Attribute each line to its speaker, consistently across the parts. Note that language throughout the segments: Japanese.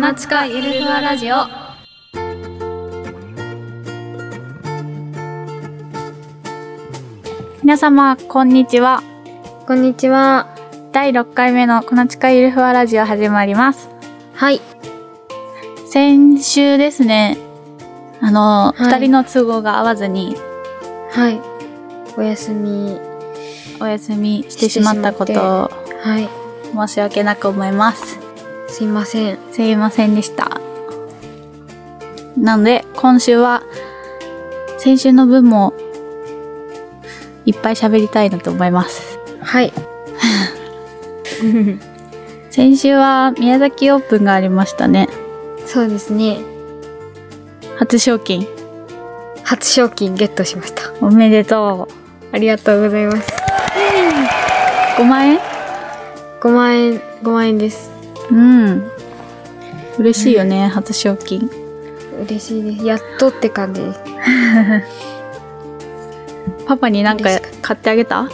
Speaker 1: ナチカゆるふわラジオ
Speaker 2: 皆様こんにちは
Speaker 1: こんにちは
Speaker 2: 第6回目のこの近いゆるふわラジオ始まります
Speaker 1: はい
Speaker 2: 先週ですねあの、
Speaker 1: はい
Speaker 2: 2人の都合が合わずに
Speaker 1: はいおやすみ
Speaker 2: お休みしてしまったことを
Speaker 1: はい
Speaker 2: 申し訳なく思います
Speaker 1: すいません
Speaker 2: すいませんでしたなので今週は先週の分もいっぱい喋りたいなと思います
Speaker 1: はい
Speaker 2: 先週は宮崎オープンがありましたね
Speaker 1: そうですね
Speaker 2: 初賞金
Speaker 1: 初賞金ゲットしました
Speaker 2: おめでと
Speaker 1: ありがとうございます
Speaker 2: う5万円
Speaker 1: 5万円5万円です
Speaker 2: うん。嬉しいよね、初賞金。
Speaker 1: 嬉しいですやっとって感じです
Speaker 2: パパになんか
Speaker 1: 嬉しか
Speaker 2: 買ってあげた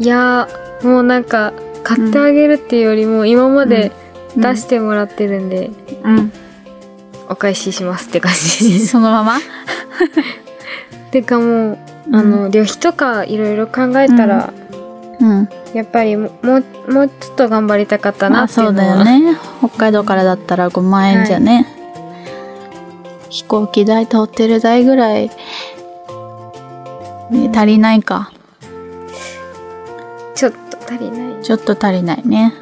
Speaker 1: いやーもうなんか買ってあげるっていうよりも今まで
Speaker 2: うん
Speaker 1: 出してもらってるんで
Speaker 2: うん。
Speaker 1: お返ししますって感じです
Speaker 2: そのまま
Speaker 1: てかもう
Speaker 2: うん
Speaker 1: あの、旅費とかいろいろ考えたら、
Speaker 2: うん。
Speaker 1: やっぱりももうもうちょっと頑張りたかった
Speaker 2: ま
Speaker 1: な
Speaker 2: あ
Speaker 1: ってい
Speaker 2: そうう
Speaker 1: の
Speaker 2: だ
Speaker 1: は、
Speaker 2: よね。北海道からだったら5万円じゃね。飛行機代とホテル代ぐらい、ね足りないか。
Speaker 1: ちょっと足りないもう
Speaker 2: ちょっと足りないね。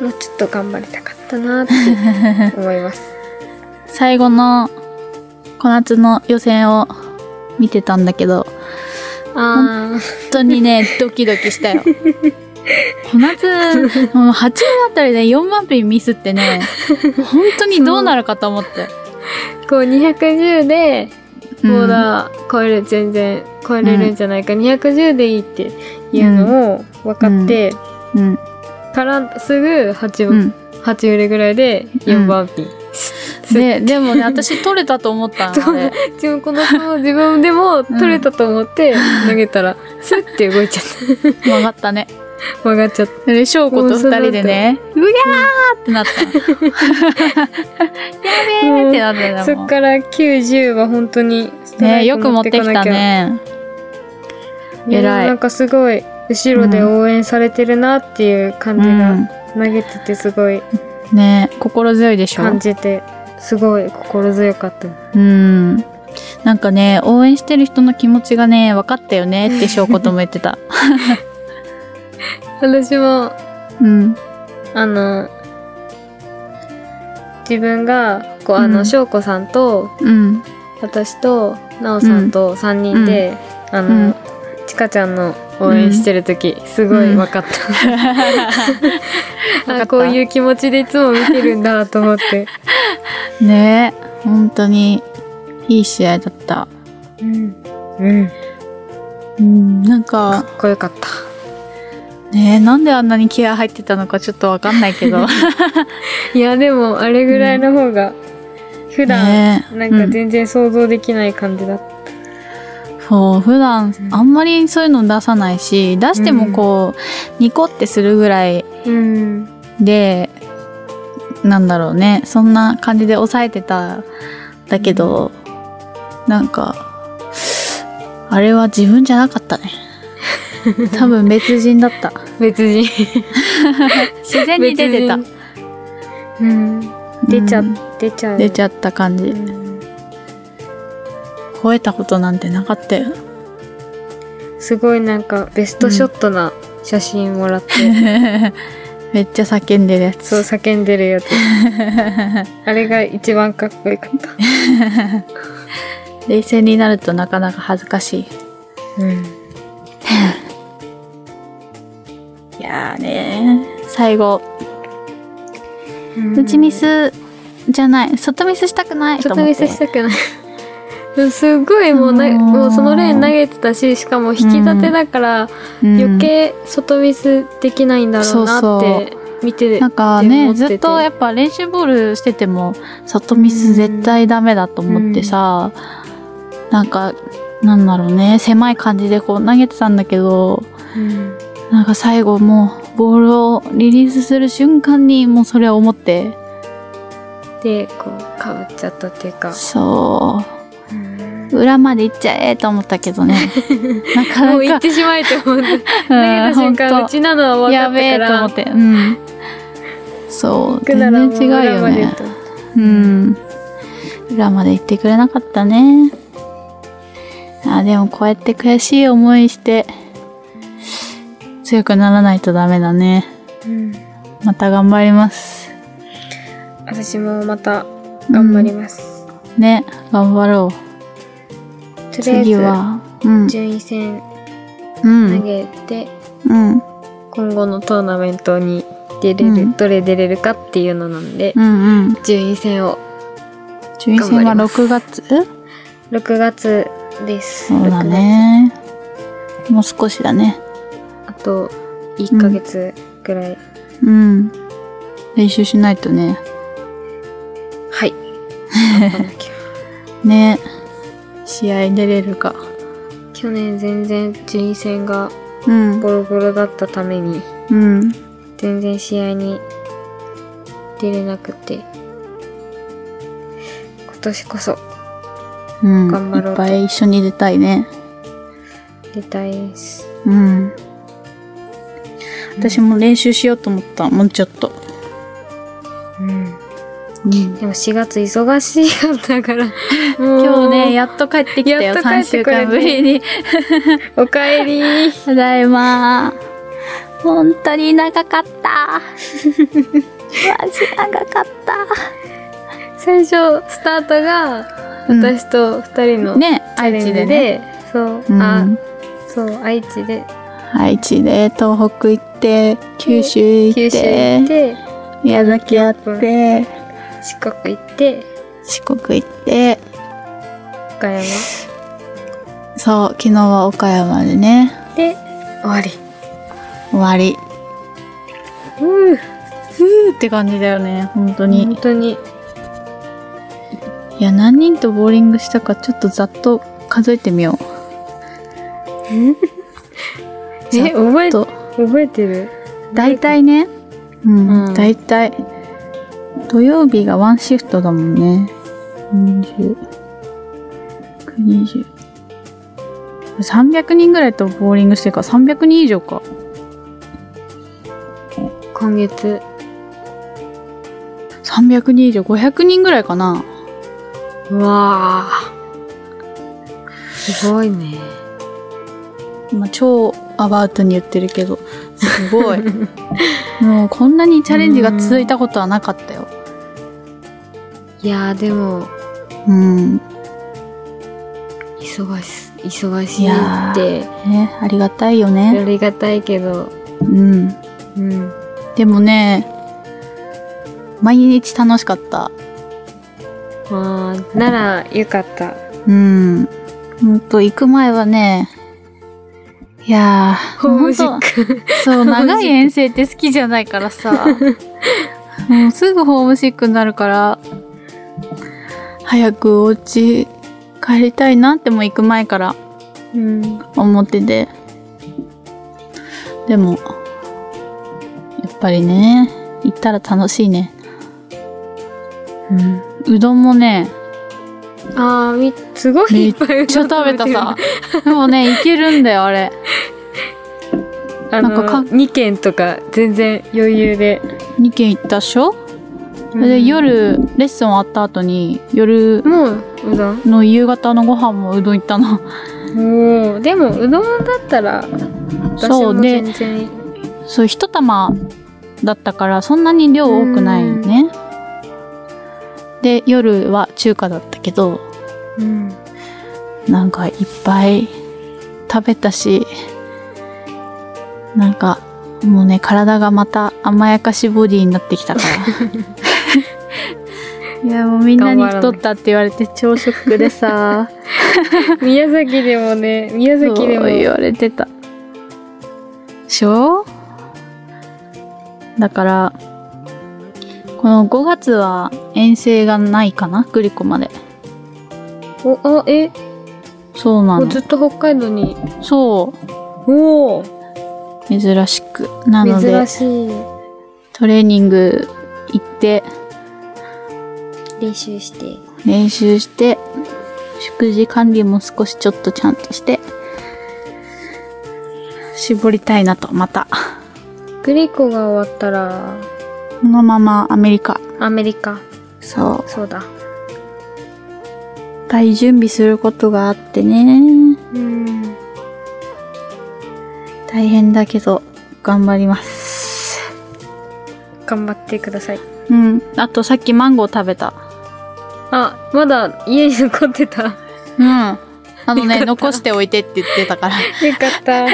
Speaker 1: ちょっと頑張りたかったなって思います
Speaker 2: 最後の小夏の予選を見てたんだけど、
Speaker 1: あー
Speaker 2: 本当にねドキドキしたよ小夏もう8分あたりで4万ピンミスってね本当にどうなるかと思って
Speaker 1: こう210で
Speaker 2: うん
Speaker 1: ボーダー超える、全然超えれるんじゃないか、210でいいっていうのを分かって、
Speaker 2: うん
Speaker 1: からすぐ 8,
Speaker 2: うん
Speaker 1: 8売れぐらいで4番ピン、
Speaker 2: ででもね私取れたと思ったので
Speaker 1: 自分この子も自分でも取れたと思って投げ たら、スッて動いちゃっ
Speaker 2: 曲がったね
Speaker 1: た曲がっちゃった
Speaker 2: で翔子と2人でねうやーってな ったやべーってなってた
Speaker 1: そ
Speaker 2: も
Speaker 1: っ
Speaker 2: ん
Speaker 1: から90は本当にストラ
Speaker 2: ね
Speaker 1: イ
Speaker 2: よ
Speaker 1: ク
Speaker 2: く持
Speaker 1: 持
Speaker 2: っ
Speaker 1: って
Speaker 2: て
Speaker 1: か
Speaker 2: き
Speaker 1: な
Speaker 2: た
Speaker 1: きゃ、
Speaker 2: ね
Speaker 1: や
Speaker 2: 偉い
Speaker 1: なんかすごい後ろで応援されてるなっていう感じ
Speaker 2: うん
Speaker 1: が、投げててすごい
Speaker 2: ね心強いでしょ
Speaker 1: 感じてすごい心強かった
Speaker 2: うん。なんかね、応援してる人の気持ちがね、分かったよねって証拠とも言って た。
Speaker 1: 私も
Speaker 2: うん。
Speaker 1: あの自分がこうあ
Speaker 2: う
Speaker 1: の
Speaker 2: ん
Speaker 1: 翔子、さんと
Speaker 2: うん。
Speaker 1: 私と奈緒さんと3人で、あの、
Speaker 2: うん
Speaker 1: ちかちゃんの応援してる時、すごい分かった、
Speaker 2: うん
Speaker 1: あこういう気持ちでいつも見てるんだと思って、
Speaker 2: ねえ、本当に、いい試合だった。
Speaker 1: うんうん、
Speaker 2: うん、なん
Speaker 1: か
Speaker 2: か、
Speaker 1: っこよかった
Speaker 2: ねえ、なんであんなに気合入ってたのかちょっとわかんないけ ど。
Speaker 1: いやでもあれぐらいの方が普段、
Speaker 2: ねえ
Speaker 1: なんか全然想像できない感じだった、
Speaker 2: うんそう、普段、あんまりそういうの出さないし、出してもこう、ニコってするぐらい
Speaker 1: うん、
Speaker 2: で、なんだろうね、そんな感じで抑えてたんだけど、なんか、あれは自分じゃなかった ね。多分別人だった。
Speaker 1: 別人
Speaker 2: 自然に出てた。
Speaker 1: 別人うん、出ちゃ、
Speaker 2: うん
Speaker 1: 出ちゃう
Speaker 2: 出ちゃった感じ
Speaker 1: う。ん
Speaker 2: 超えたことなんてなかったよ。
Speaker 1: すごいなんかベストショットな写真もらって、
Speaker 2: めっちゃ叫んでるや
Speaker 1: そう
Speaker 2: つ。
Speaker 1: 叫んでるや つあれが一番かっこよかった、
Speaker 2: 冷静になるとなかなか恥ずかしい。いやーね最後、
Speaker 1: うん
Speaker 2: 内ミスじゃない、外ミスしたくない
Speaker 1: ち
Speaker 2: と
Speaker 1: ょっと
Speaker 2: 思
Speaker 1: 見
Speaker 2: って。
Speaker 1: せした くないでもすごいもうな
Speaker 2: あのー
Speaker 1: もうそのレーン投げてたししかも引き立てだから、
Speaker 2: うん
Speaker 1: 余計外ミスできないんだろうなって見て
Speaker 2: なんかね
Speaker 1: 思ってて
Speaker 2: ずっとやっぱ練習ボールしてても里ミス絶対ダメだと思ってさ、なんかなんだろうね狭い感じでこう投げてたんだけど
Speaker 1: うん
Speaker 2: なんか最後もうボールをリリースする瞬間にもうそれを思って
Speaker 1: でこう変わっちゃったっていうか、
Speaker 2: そ
Speaker 1: うん
Speaker 2: う裏まで行っちゃえと思ったけど ねなかなか
Speaker 1: もう行ってしまえって思って投げ
Speaker 2: う
Speaker 1: た
Speaker 2: ん
Speaker 1: 瞬
Speaker 2: ほん
Speaker 1: 間
Speaker 2: と
Speaker 1: うちなのは分か
Speaker 2: や
Speaker 1: っ
Speaker 2: べえ
Speaker 1: たか
Speaker 2: と思
Speaker 1: ら
Speaker 2: ってうんそう
Speaker 1: 行くなら
Speaker 2: 全
Speaker 1: も
Speaker 2: 然違う
Speaker 1: 裏
Speaker 2: よ
Speaker 1: まで
Speaker 2: ね
Speaker 1: と
Speaker 2: うん裏まで行ってくれなかったねあでもこうやって悔しい思いして強くならないとダメだね
Speaker 1: うん
Speaker 2: また頑張ります
Speaker 1: 私もまた頑張ります、
Speaker 2: ね頑張ろう
Speaker 1: とりあえ
Speaker 2: 次
Speaker 1: ず
Speaker 2: はうん
Speaker 1: 順位戦
Speaker 2: う
Speaker 1: 投
Speaker 2: ん
Speaker 1: げて、
Speaker 2: うん
Speaker 1: 今後のトーナメントに出れる、
Speaker 2: うん
Speaker 1: どれ出れるかっていうのなんで、
Speaker 2: うんうん
Speaker 1: 順位戦を
Speaker 2: 順位戦は
Speaker 1: 頑張ります
Speaker 2: 6月
Speaker 1: 6月です
Speaker 2: そうだねもう少しだね
Speaker 1: 6月あと1ヶ月ぐらい、
Speaker 2: うん練習しないとね
Speaker 1: はい 頑張んなきゃ
Speaker 2: ね試合出れるか
Speaker 1: 去年全然順位戦が
Speaker 2: うん
Speaker 1: ボロボロだったために
Speaker 2: うん
Speaker 1: 全然試合に出れなくて今年こそ
Speaker 2: うん、
Speaker 1: 頑張ろうと
Speaker 2: いっぱい一緒に出たいね。
Speaker 1: 出たいです
Speaker 2: うん。私も練習しようと思った。もうちょっと。
Speaker 1: うん
Speaker 2: 今
Speaker 1: でも4月忙しいやっ たから
Speaker 2: 日ね、
Speaker 1: や
Speaker 2: やっと帰ってきたよ。
Speaker 1: やっと帰
Speaker 2: 3
Speaker 1: って
Speaker 2: 週
Speaker 1: くれて
Speaker 2: 間ぶりに。
Speaker 1: おかえ り
Speaker 2: ただいま本当に長かった。マジ長かった。
Speaker 1: 最初スタートが私と2人の
Speaker 2: ね、
Speaker 1: チ
Speaker 2: 愛
Speaker 1: ャレンジ
Speaker 2: 知で
Speaker 1: で,、
Speaker 2: ね。
Speaker 1: そう、
Speaker 2: うん
Speaker 1: あそう愛知で
Speaker 2: 愛知で東北行って、九州行
Speaker 1: 九
Speaker 2: っ、
Speaker 1: 州行ってて
Speaker 2: 宮崎やって、
Speaker 1: 四国行って
Speaker 2: 四国行って、
Speaker 1: 岡山
Speaker 2: そう、昨日は岡山でね、
Speaker 1: で終わり
Speaker 2: 終わり。
Speaker 1: うん
Speaker 2: ふーって感じだよね、本当に。
Speaker 1: 本当に
Speaker 2: いや、何人とボーリングしたか、ちょっとざっと数えてみよう。
Speaker 1: え覚え
Speaker 2: と、
Speaker 1: 覚えてる
Speaker 2: 大体ね、うん、
Speaker 1: うん
Speaker 2: 大体、土曜日がワンシフトだもんね。40、20。300人ぐらいとボーリングしてるから、300人以上か。
Speaker 1: 今月
Speaker 2: 300人以上、500人ぐらいかな。
Speaker 1: うわーすごいね
Speaker 2: 今超アバウトに言ってるけどすごい もうこんなにチャレンジが続いたことはなかったよ
Speaker 1: いやーでも
Speaker 2: うん
Speaker 1: 忙し忙しいって
Speaker 2: ねありがたいよ
Speaker 1: あ
Speaker 2: ね
Speaker 1: りがたいけど
Speaker 2: うん
Speaker 1: うん
Speaker 2: でもね毎日楽しかった
Speaker 1: まあならよかった
Speaker 2: うんほんと行く前はねいやー
Speaker 1: ホームシッ
Speaker 2: ほんと
Speaker 1: ク
Speaker 2: そう長い遠征って好きじゃないから さもうすぐホームシックになるから早くお家帰りたいなってもう行く前から
Speaker 1: うん
Speaker 2: 思っててでもやっぱりね行ったら楽しいねうんうどんもね
Speaker 1: あーみすごいい
Speaker 2: め
Speaker 1: っ
Speaker 2: っ
Speaker 1: ぱい
Speaker 2: ちゃ食べたさでもねいけるんだよあれ
Speaker 1: あ
Speaker 2: なんかか
Speaker 1: の2軒とか全然余裕で、
Speaker 2: 2軒行ったっしょ、
Speaker 1: う
Speaker 2: で
Speaker 1: ん
Speaker 2: 夜レッスン終わった後に夜
Speaker 1: もううどん
Speaker 2: の夕方のご飯もうどん行ったの
Speaker 1: おーでもうどんだったら私
Speaker 2: そ
Speaker 1: も
Speaker 2: うで
Speaker 1: 全然
Speaker 2: そう一玉だったからそんなに量多くないねで夜は中華だったけど
Speaker 1: うん
Speaker 2: なんかいっぱい食べたしなんかもうね体がまた甘やかしボディになってき たからいやもうみんなに
Speaker 1: 頑張らない
Speaker 2: 太ったって言われて朝食でさ
Speaker 1: 宮崎でもね宮
Speaker 2: そう
Speaker 1: 崎でも
Speaker 2: 言われてたしょだからこの5月は遠征がないかなグリコまで
Speaker 1: おあえ
Speaker 2: そうな
Speaker 1: もう
Speaker 2: の
Speaker 1: ずっと北海道に
Speaker 2: そう
Speaker 1: おお
Speaker 2: 珍しく。なので
Speaker 1: 珍、しい
Speaker 2: トレーニング行って、
Speaker 1: 練習して
Speaker 2: 練習して、食事管理も少しちょっとちゃんとして、絞りたいなと、また。
Speaker 1: グリコが終わったら
Speaker 2: このままアメリカ。
Speaker 1: アメリカ
Speaker 2: そ
Speaker 1: そうだ
Speaker 2: う。大準備することがあってね。
Speaker 1: うん
Speaker 2: 大変だけど、頑張ります。
Speaker 1: 頑張ってください
Speaker 2: うん。あとさっきマンゴー食べた。
Speaker 1: あまだ家に残って たよ
Speaker 2: うん。あの
Speaker 1: よか
Speaker 2: ね、
Speaker 1: った
Speaker 2: 残しておいてって言ってたから。
Speaker 1: かった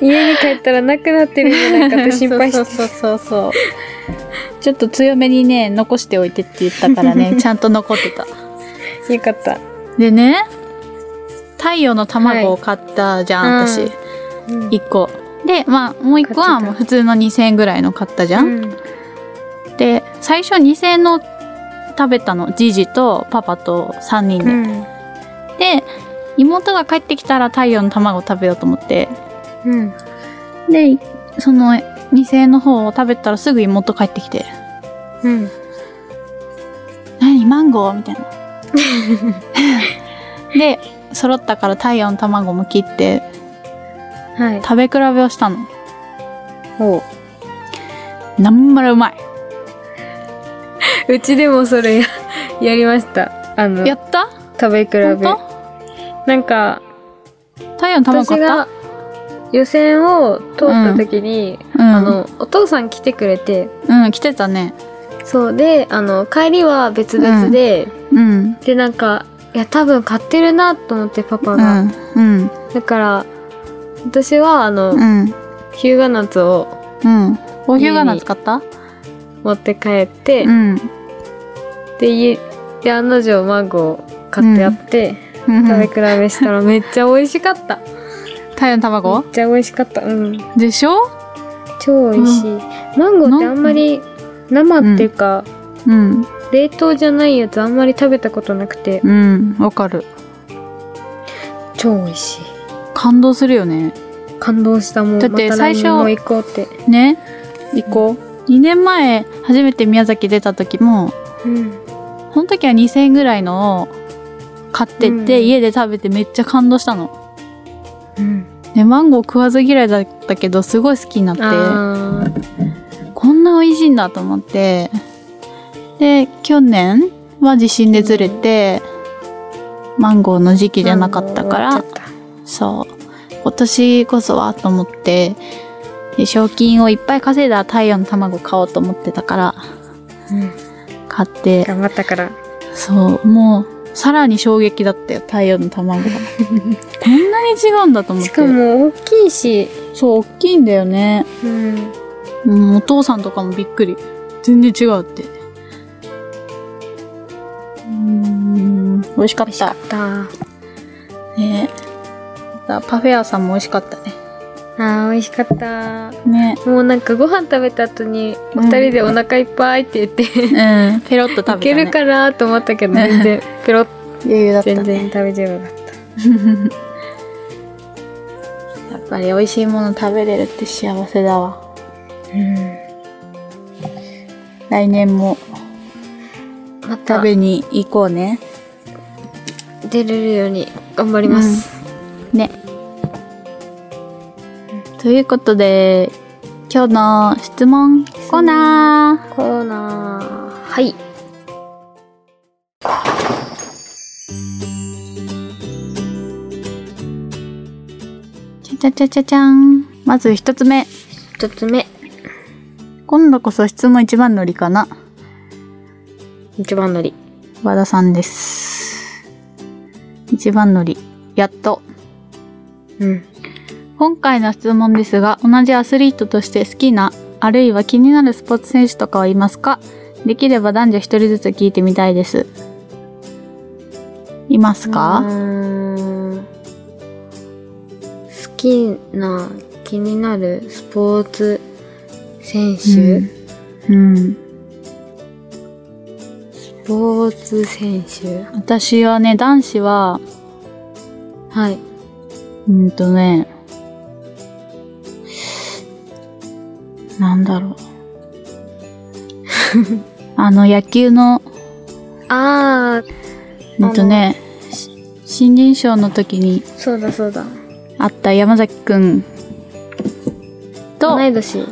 Speaker 1: 家に帰ったらなくなってるんじゃないかと心配して
Speaker 2: そうそうそうそうそうちょっと強めにね残しておいてって言ったから ねちゃんと残ってた
Speaker 1: よかった
Speaker 2: でね太陽の卵を買ったじゃん、
Speaker 1: はい
Speaker 2: 私
Speaker 1: うん
Speaker 2: 1個でまあもう1個はもう普通の2,000円ぐらいの買ったじゃ、
Speaker 1: うんん
Speaker 2: で最初2,000円の食べたのジジとパパと3人で、
Speaker 1: うん
Speaker 2: で妹が帰ってきたら太陽の卵を食べようと思って
Speaker 1: うん
Speaker 2: でその2,000円の方を食べたらすぐ妹帰ってきて
Speaker 1: うん
Speaker 2: 何マンゴーみ たいな。で揃ったから太陽の卵も切って
Speaker 1: はい
Speaker 2: 食べ比べをしたの。
Speaker 1: おう
Speaker 2: なんまらうまい。
Speaker 1: うちでもそれややりましたあの
Speaker 2: やった
Speaker 1: 食べ比べ
Speaker 2: 本当
Speaker 1: なんか
Speaker 2: 太陽の卵
Speaker 1: 私
Speaker 2: 買った
Speaker 1: が予選を通った時に、
Speaker 2: うん、
Speaker 1: あのお父さん来てくれて
Speaker 2: うん、来てたね。
Speaker 1: そうであの帰りは別々で、
Speaker 2: うん。
Speaker 1: でなんかいや多分買ってるなと思ってパ
Speaker 2: う
Speaker 1: パが、
Speaker 2: ん。うん。
Speaker 1: だから私はあの、
Speaker 2: うん。
Speaker 1: ヒューガナッツを
Speaker 2: うん。高級ガナ使った
Speaker 1: 持って帰って、
Speaker 2: うん。
Speaker 1: で家で案の定マンゴー買ってあって、食べ比べしたらめっちゃ美味しかった
Speaker 2: 太陽の卵
Speaker 1: めっちゃ美味しかったうん
Speaker 2: でしょ
Speaker 1: 超美味しい、マンゴーってあんまり生っていうか、
Speaker 2: うん。
Speaker 1: 冷凍じゃないやつあんまり食べたことなくて
Speaker 2: うん。わかる。
Speaker 1: 超美味しい
Speaker 2: 感動するよね。
Speaker 1: 感動したもう
Speaker 2: だって
Speaker 1: また
Speaker 2: 最
Speaker 1: 来
Speaker 2: 初
Speaker 1: 年も行こうって
Speaker 2: ね。行こう。2年前、初めて宮崎出た時も、
Speaker 1: うん
Speaker 2: その時は2,000円ぐらいのを買ってって、
Speaker 1: うん
Speaker 2: 家で食べてめっちゃ感動したの。
Speaker 1: うん
Speaker 2: でマンゴー食わず嫌いだったけどすごい好きになっ
Speaker 1: あー
Speaker 2: てこんな美味しいんだと思ってで去年は地震でずれて、マンゴーの時期じゃなかったか
Speaker 1: マン
Speaker 2: ら
Speaker 1: ゴー終わっちゃっ
Speaker 2: そう今年こそはと思ってで賞金をいっぱい稼いだら太陽の卵買おうと思ってたから
Speaker 1: たうん
Speaker 2: 買って
Speaker 1: 頑張ったから
Speaker 2: そう、もう、さらに衝撃だったよ、太陽の 卵が。こんなに違うんだと思って。
Speaker 1: しか、も大きいし
Speaker 2: そう、大きいんだよね。
Speaker 1: うん
Speaker 2: うん、お父さんとかもびっくり。全然違うって。うーん、美味しか
Speaker 1: 美
Speaker 2: っ
Speaker 1: 味しか
Speaker 2: た
Speaker 1: っ。たあ
Speaker 2: ねまたパフェ屋さんも美味しかったね。
Speaker 1: ー美味しかった
Speaker 2: ね。
Speaker 1: もうなんかご飯食べた後にお二人でお腹いっぱいって言って、
Speaker 2: うん、ペロッと食べた、ね。
Speaker 1: いけるかなと思った けど全然ペロッ
Speaker 2: 余裕だった、ね。
Speaker 1: 全然食べちゃうかった
Speaker 2: やっぱり美味しいもの食べれるって幸せだわ。
Speaker 1: うん
Speaker 2: 来年も
Speaker 1: また
Speaker 2: 食べに行こうね。
Speaker 1: 出れるように頑張ります、
Speaker 2: ね。ということで、今日の質問コーナ
Speaker 1: コーナーはい
Speaker 2: ー。ちゃちゃちゃちゃちゃん。まず一つ目。
Speaker 1: 一つ目
Speaker 2: 今度こそ質問一番乗りかな。
Speaker 1: 一番乗り
Speaker 2: 和田さんです。一番乗り。やっと。
Speaker 1: うん
Speaker 2: 今回の質問ですが、同じアスリートとして好きな、あるいは気になるスポーツ選手とかはいますかできれば男女一人ずつ聞いてみたいです。います
Speaker 1: う
Speaker 2: か
Speaker 1: ーん好きな気になるスポーツ選手、
Speaker 2: うん。うん
Speaker 1: スポーツ選手
Speaker 2: 私はね、男子は、
Speaker 1: はい
Speaker 2: うんとね、なんだろう。あの、野球の、
Speaker 1: あ
Speaker 2: え
Speaker 1: あ、
Speaker 2: っとね、し新人賞の時に
Speaker 1: そうだそうだ。
Speaker 2: あった山崎くんと、
Speaker 1: 同い年。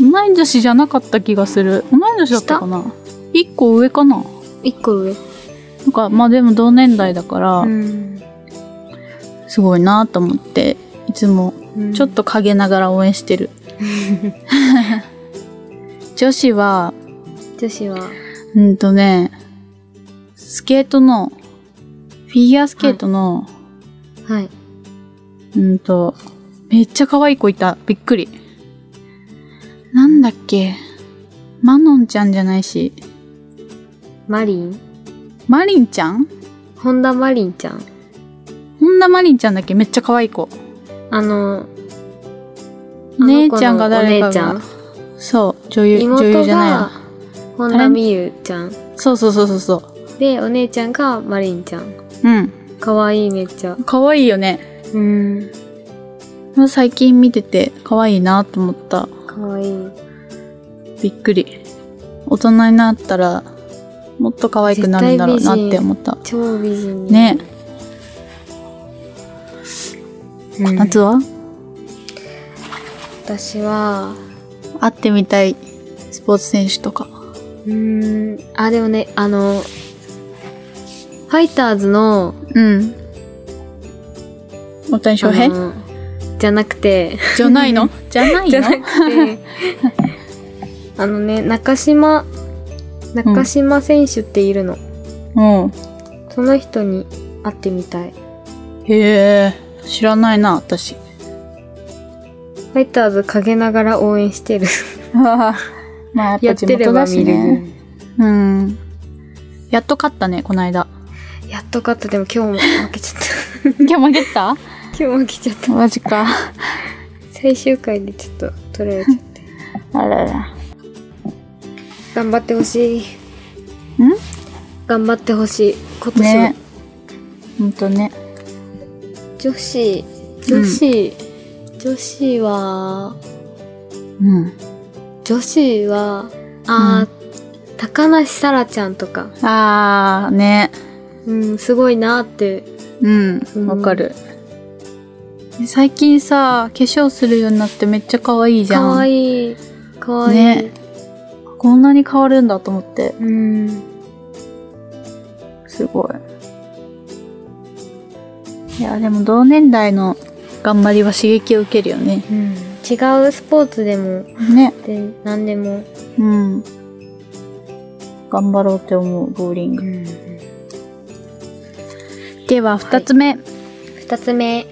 Speaker 2: 同い年じゃなかった気がする。同い年だったかな一個上かな
Speaker 1: 一個上。
Speaker 2: なんか、まあでも同年代だから、
Speaker 1: うん。
Speaker 2: すごいなと思って、いつもちょっと陰ながら応援して る。女子は、
Speaker 1: 女子は、
Speaker 2: うんとね、スケートの、フィギュアスケートの、
Speaker 1: はい。
Speaker 2: うんと、めっちゃ可愛い子いた。びっくり。なんだっけ。マノンちゃんじゃないし、
Speaker 1: マリン
Speaker 2: マリンちゃん
Speaker 1: 本田マリンちゃん。
Speaker 2: 本田マリンちゃんだっけめっちゃ可愛い子。
Speaker 1: あの、
Speaker 2: 姉ちゃんが誰か
Speaker 1: お姉ちゃ
Speaker 2: が
Speaker 1: ん。
Speaker 2: そう、女優、女優
Speaker 1: 妹
Speaker 2: じゃない
Speaker 1: が
Speaker 2: わ。
Speaker 1: 本田美優ちゃん。
Speaker 2: そうそうそうそうそう。
Speaker 1: で、お姉ちゃんがマリンちゃん。
Speaker 2: うん。
Speaker 1: かわいいめっちゃ。
Speaker 2: 可愛いよね。
Speaker 1: うん。
Speaker 2: 最近見てて可愛いなと思った。
Speaker 1: かわいい。
Speaker 2: びっくり。大人になったら、もっと可愛くなるんだろうなって思った。
Speaker 1: 超美人に。
Speaker 2: ね
Speaker 1: うん
Speaker 2: 夏は
Speaker 1: 私は、
Speaker 2: 会ってみたいスポーツ選手とか。
Speaker 1: うーん、あ、でもね、あの、ファイターズの、
Speaker 2: うん。大谷翔
Speaker 1: あ
Speaker 2: 平
Speaker 1: のじゃなくて、
Speaker 2: じゃないの じゃない
Speaker 1: じゃ
Speaker 2: の
Speaker 1: なくて、あのね、中島、中島選手っているの。
Speaker 2: うん。
Speaker 1: その人に会ってみたい。フ
Speaker 2: へえ、知らないな、 私。
Speaker 1: ァイターズ陰ながら応援してる。
Speaker 2: まあ、やっぱ
Speaker 1: やっ
Speaker 2: 地
Speaker 1: てれ
Speaker 2: 元
Speaker 1: ば
Speaker 2: だ
Speaker 1: 見
Speaker 2: し
Speaker 1: る。
Speaker 2: ね。うん。やっと勝ったね、この間。
Speaker 1: やっと勝った。でも今日も負けちゃった。
Speaker 2: 今日負けた
Speaker 1: 今日も負けちゃっ た。
Speaker 2: マジか。
Speaker 1: 最終回でちょっと取られちゃった。
Speaker 2: あらら。
Speaker 1: 頑張ってほしい。
Speaker 2: ん
Speaker 1: 頑張ってほしい。今年は
Speaker 2: ね。ほんとね。
Speaker 1: 女子、女子、女子は、
Speaker 2: うん。
Speaker 1: 女子は、あー、高梨沙羅ちゃんとか、
Speaker 2: あー、ね。
Speaker 1: うん、すごいなって。
Speaker 2: うん。わかる。最近さ、化粧するようになってめっちゃ可愛いじゃん。
Speaker 1: かわいい。かわいい。
Speaker 2: ねこんなに変わるんだと思って。
Speaker 1: うん。
Speaker 2: すごい。いや、でも同年代の頑張りは刺激を受けるよね。
Speaker 1: うん、違うスポーツでも、
Speaker 2: ね。
Speaker 1: で、何でも。
Speaker 2: うん。頑張ろうって思う、ボーリン
Speaker 1: う
Speaker 2: グ。
Speaker 1: ん。
Speaker 2: では、二つ目。
Speaker 1: 二つ目、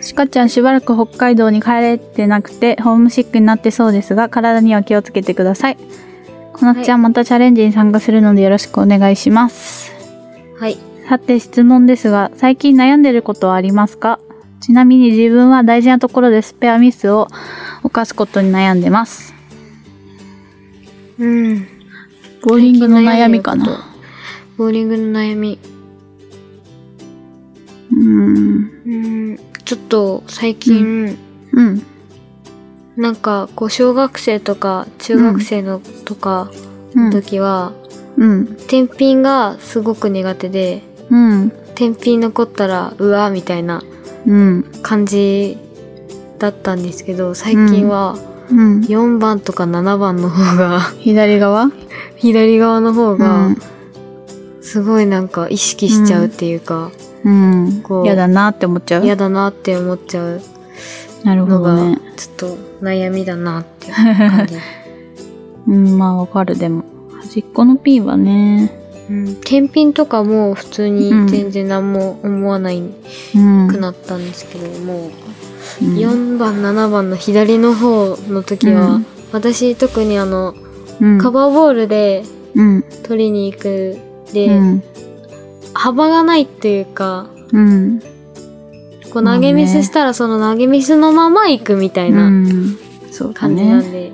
Speaker 2: シカちゃんしばらく北海道に帰れてなくてホームシックになってそうですが体には気をつけてください。こなっちゃんまたチャレンジに参加するのでよろしくお願いします。
Speaker 1: はい。
Speaker 2: さて質問ですが最近悩んでることはありますかちなみに自分は大事なところでスペアミスを犯すことに悩んでます。
Speaker 1: うん。
Speaker 2: ボーリングの悩みかな。
Speaker 1: ボーリングの悩み。
Speaker 2: うーん。
Speaker 1: うん、ちょっと最近、
Speaker 2: うん。
Speaker 1: なんかこう小学生とか中学生のとか
Speaker 2: う
Speaker 1: の
Speaker 2: ん。
Speaker 1: 時は、
Speaker 2: うん。
Speaker 1: 天秤がすごく苦手で
Speaker 2: うん。
Speaker 1: 天秤残ったらうわみたいな
Speaker 2: うん。
Speaker 1: 感じだったんですけど最近は
Speaker 2: うん。
Speaker 1: 4番とか7番の方が
Speaker 2: 左側
Speaker 1: 左側の方
Speaker 2: う
Speaker 1: が
Speaker 2: ん
Speaker 1: すごいなんか意識しちゃうっていうか
Speaker 2: うん
Speaker 1: こ。う
Speaker 2: 嫌だなって思っちゃ
Speaker 1: 嫌
Speaker 2: う。
Speaker 1: だなって思っちゃう
Speaker 2: なるほ
Speaker 1: の
Speaker 2: ど
Speaker 1: が
Speaker 2: ね。
Speaker 1: ちょっと悩みだなっていう 感じ。
Speaker 2: うん、まあわかる、でも。端っこのピンはね。
Speaker 1: うん、天秤とかも普通に全然何も思わない
Speaker 2: うん。
Speaker 1: くなったんですけども、
Speaker 2: うん
Speaker 1: 4番7番の左の方の時は、
Speaker 2: うん
Speaker 1: 私特にあの
Speaker 2: うん。
Speaker 1: カバーボールで
Speaker 2: うん。
Speaker 1: 取りに行くで、
Speaker 2: うん。
Speaker 1: 幅がないっていうか
Speaker 2: うん。
Speaker 1: こう投げミスしたらその投げミスのまま行くみたいな
Speaker 2: うん。そうだ
Speaker 1: 感じな
Speaker 2: ね。
Speaker 1: んで、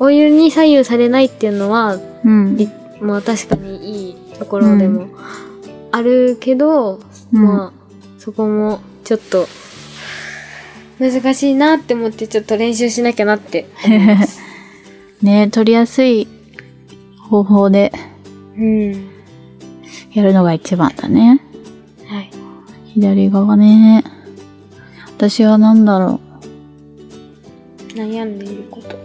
Speaker 1: お湯に左右されないっていうのは
Speaker 2: うん。
Speaker 1: いまあ確かにいいところでもあるけど、
Speaker 2: うん
Speaker 1: まあそこもちょっと難しいなって思ってちょっと練習しなきゃな って思います
Speaker 2: ね取りやすい方法で
Speaker 1: うん
Speaker 2: やるのが一番だね。
Speaker 1: はい
Speaker 2: 左側ね。私は何だろ
Speaker 1: 悩んでいること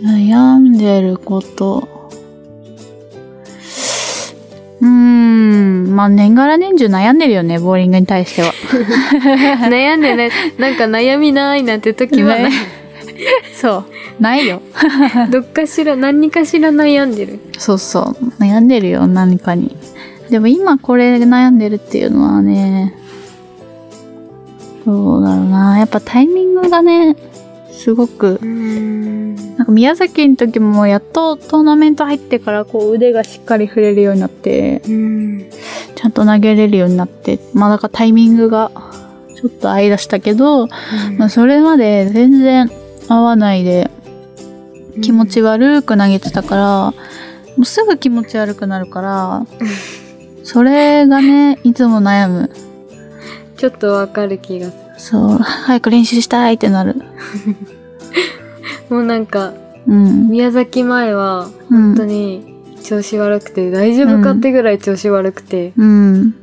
Speaker 2: う。悩んでること。うーん。まあ、年がら年中悩んでるよね、ボーリングに対しては。
Speaker 1: 悩んでないなんか悩みないなんて時はない、
Speaker 2: ねそう。ないよ。
Speaker 1: どっかしら何かしら悩んでる
Speaker 2: そうそう。悩んでるよ、何かに。でも今これ悩んでるっていうのはね、どうだろうな。やっぱタイミングがね、すごく
Speaker 1: うーん
Speaker 2: なんか宮崎の時もやっとトーナメント入ってからこう腕がしっかり振れるようになって
Speaker 1: うん
Speaker 2: ちゃんと投げれるようになってまあだからタイミングがちょっと合いだしたけど、まあ、それまで全然合わないで気持ち悪く投げてたからもうすぐ気持ち悪くなるからそれがねいつも悩む
Speaker 1: ちょっとわかる気がす
Speaker 2: そう早く練習したいってなる
Speaker 1: るもうなんか
Speaker 2: うん
Speaker 1: 宮崎前は
Speaker 2: 本
Speaker 1: 本当に調子悪くて大丈夫かってぐらい調子悪くて、
Speaker 2: うん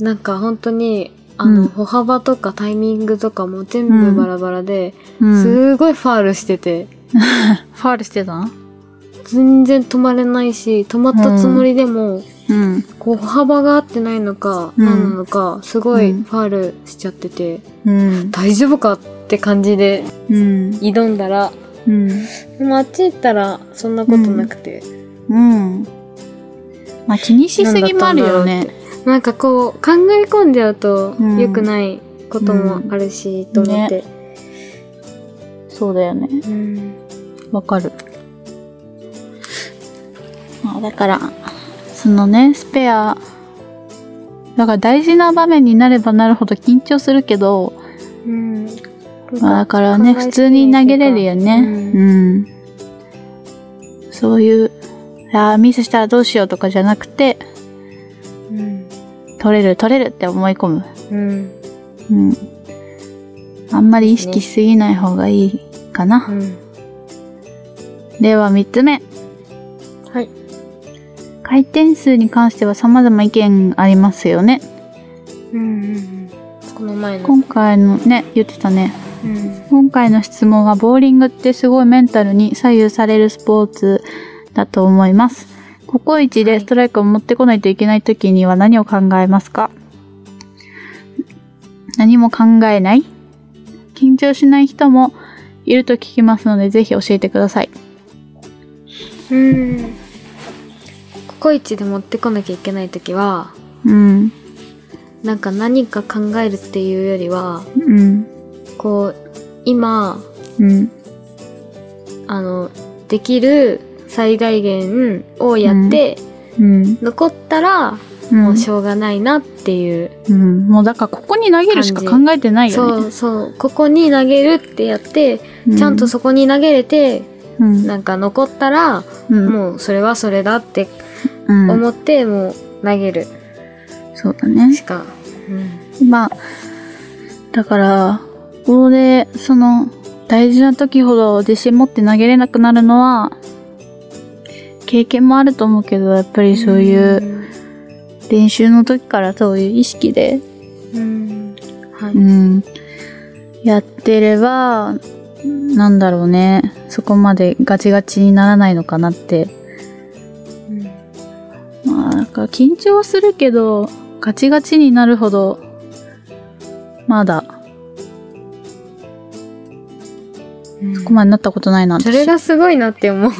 Speaker 1: なんか本当にあの、
Speaker 2: うん
Speaker 1: 歩幅とかタイミングとかも全部バラバラで、
Speaker 2: うん
Speaker 1: すごいファールしてて
Speaker 2: ファールしてた
Speaker 1: 全然止まれないし止まったつもりでも、
Speaker 2: うん
Speaker 1: こう歩幅が合ってないのか、
Speaker 2: うん
Speaker 1: 何なのかすごい
Speaker 2: うん
Speaker 1: ファールしちゃってて、
Speaker 2: うん
Speaker 1: 大丈夫かって感じで
Speaker 2: うん
Speaker 1: 挑んだら
Speaker 2: うん。
Speaker 1: でもあっち行ったらそんなことなくて、
Speaker 2: うん。まあ気にしすぎもあるよね。
Speaker 1: なんかこう考え込んじゃうと
Speaker 2: うん
Speaker 1: 良くないこともあるし、と思って、
Speaker 2: そうだよね。
Speaker 1: うん
Speaker 2: わかる。まあだから、そのね、スペア、だから大事な場面になればなるほど緊張するけど、
Speaker 1: うん
Speaker 2: まあだからね、
Speaker 1: 考えすぎない
Speaker 2: 普通に投げれるよね。
Speaker 1: う
Speaker 2: うん。そういう、ああ、ミスしたらどうしようとかじゃなくて、
Speaker 1: うん、
Speaker 2: 取れる取れるって思い込む。
Speaker 1: うん
Speaker 2: うん。あんまり意識しすぎない方がいいか
Speaker 1: う
Speaker 2: な。
Speaker 1: ん
Speaker 2: では3つ目。
Speaker 1: はい
Speaker 2: 回転数に関しては様々意見ありますよね。
Speaker 1: うんうんうんこの前の、
Speaker 2: 今回のね、言ってたね。
Speaker 1: うん、
Speaker 2: 今回の質問はボーリングってすごいメンタルに左右されるスポーツだと思います。ココイチでストライクを持ってこないといけない時には何を考えますか何も考えない緊張しない人もいると聞きますのでぜひ教えてください。
Speaker 1: うんココイチで持ってこなきゃいけない時は
Speaker 2: うん。
Speaker 1: なんか何か考えるっていうよりは
Speaker 2: うん。
Speaker 1: こう今
Speaker 2: うん。
Speaker 1: あのできる最大限をやって、
Speaker 2: うん。
Speaker 1: 残ったら
Speaker 2: うん
Speaker 1: もうしょうがないなっていう、
Speaker 2: うん。もうだからここに投げるしか考えてないよ
Speaker 1: そ
Speaker 2: ね。
Speaker 1: うそうここに投げるってやって、
Speaker 2: う
Speaker 1: ちゃんとそこに投げれて
Speaker 2: うん、
Speaker 1: なんか残ったら、
Speaker 2: うん、
Speaker 1: もうそれはそれだって
Speaker 2: うん、
Speaker 1: 思って、もう投げる
Speaker 2: そうだね。
Speaker 1: しか、うん
Speaker 2: まあ、だから、ここで、その、大事な時ほど自信持って投げれなくなるのは、経験もあると思うけど、やっぱりそういう練習の時からそういう意識で、
Speaker 1: うん、はい、
Speaker 2: うん、やってれば、なんだろうね、そこまでガチガチにならないのかなって。
Speaker 1: うん
Speaker 2: まあ、なんか緊張はするけど、ガチガチになるほど、まだ、ここまでになったことないな、
Speaker 1: それがすごいなって 思う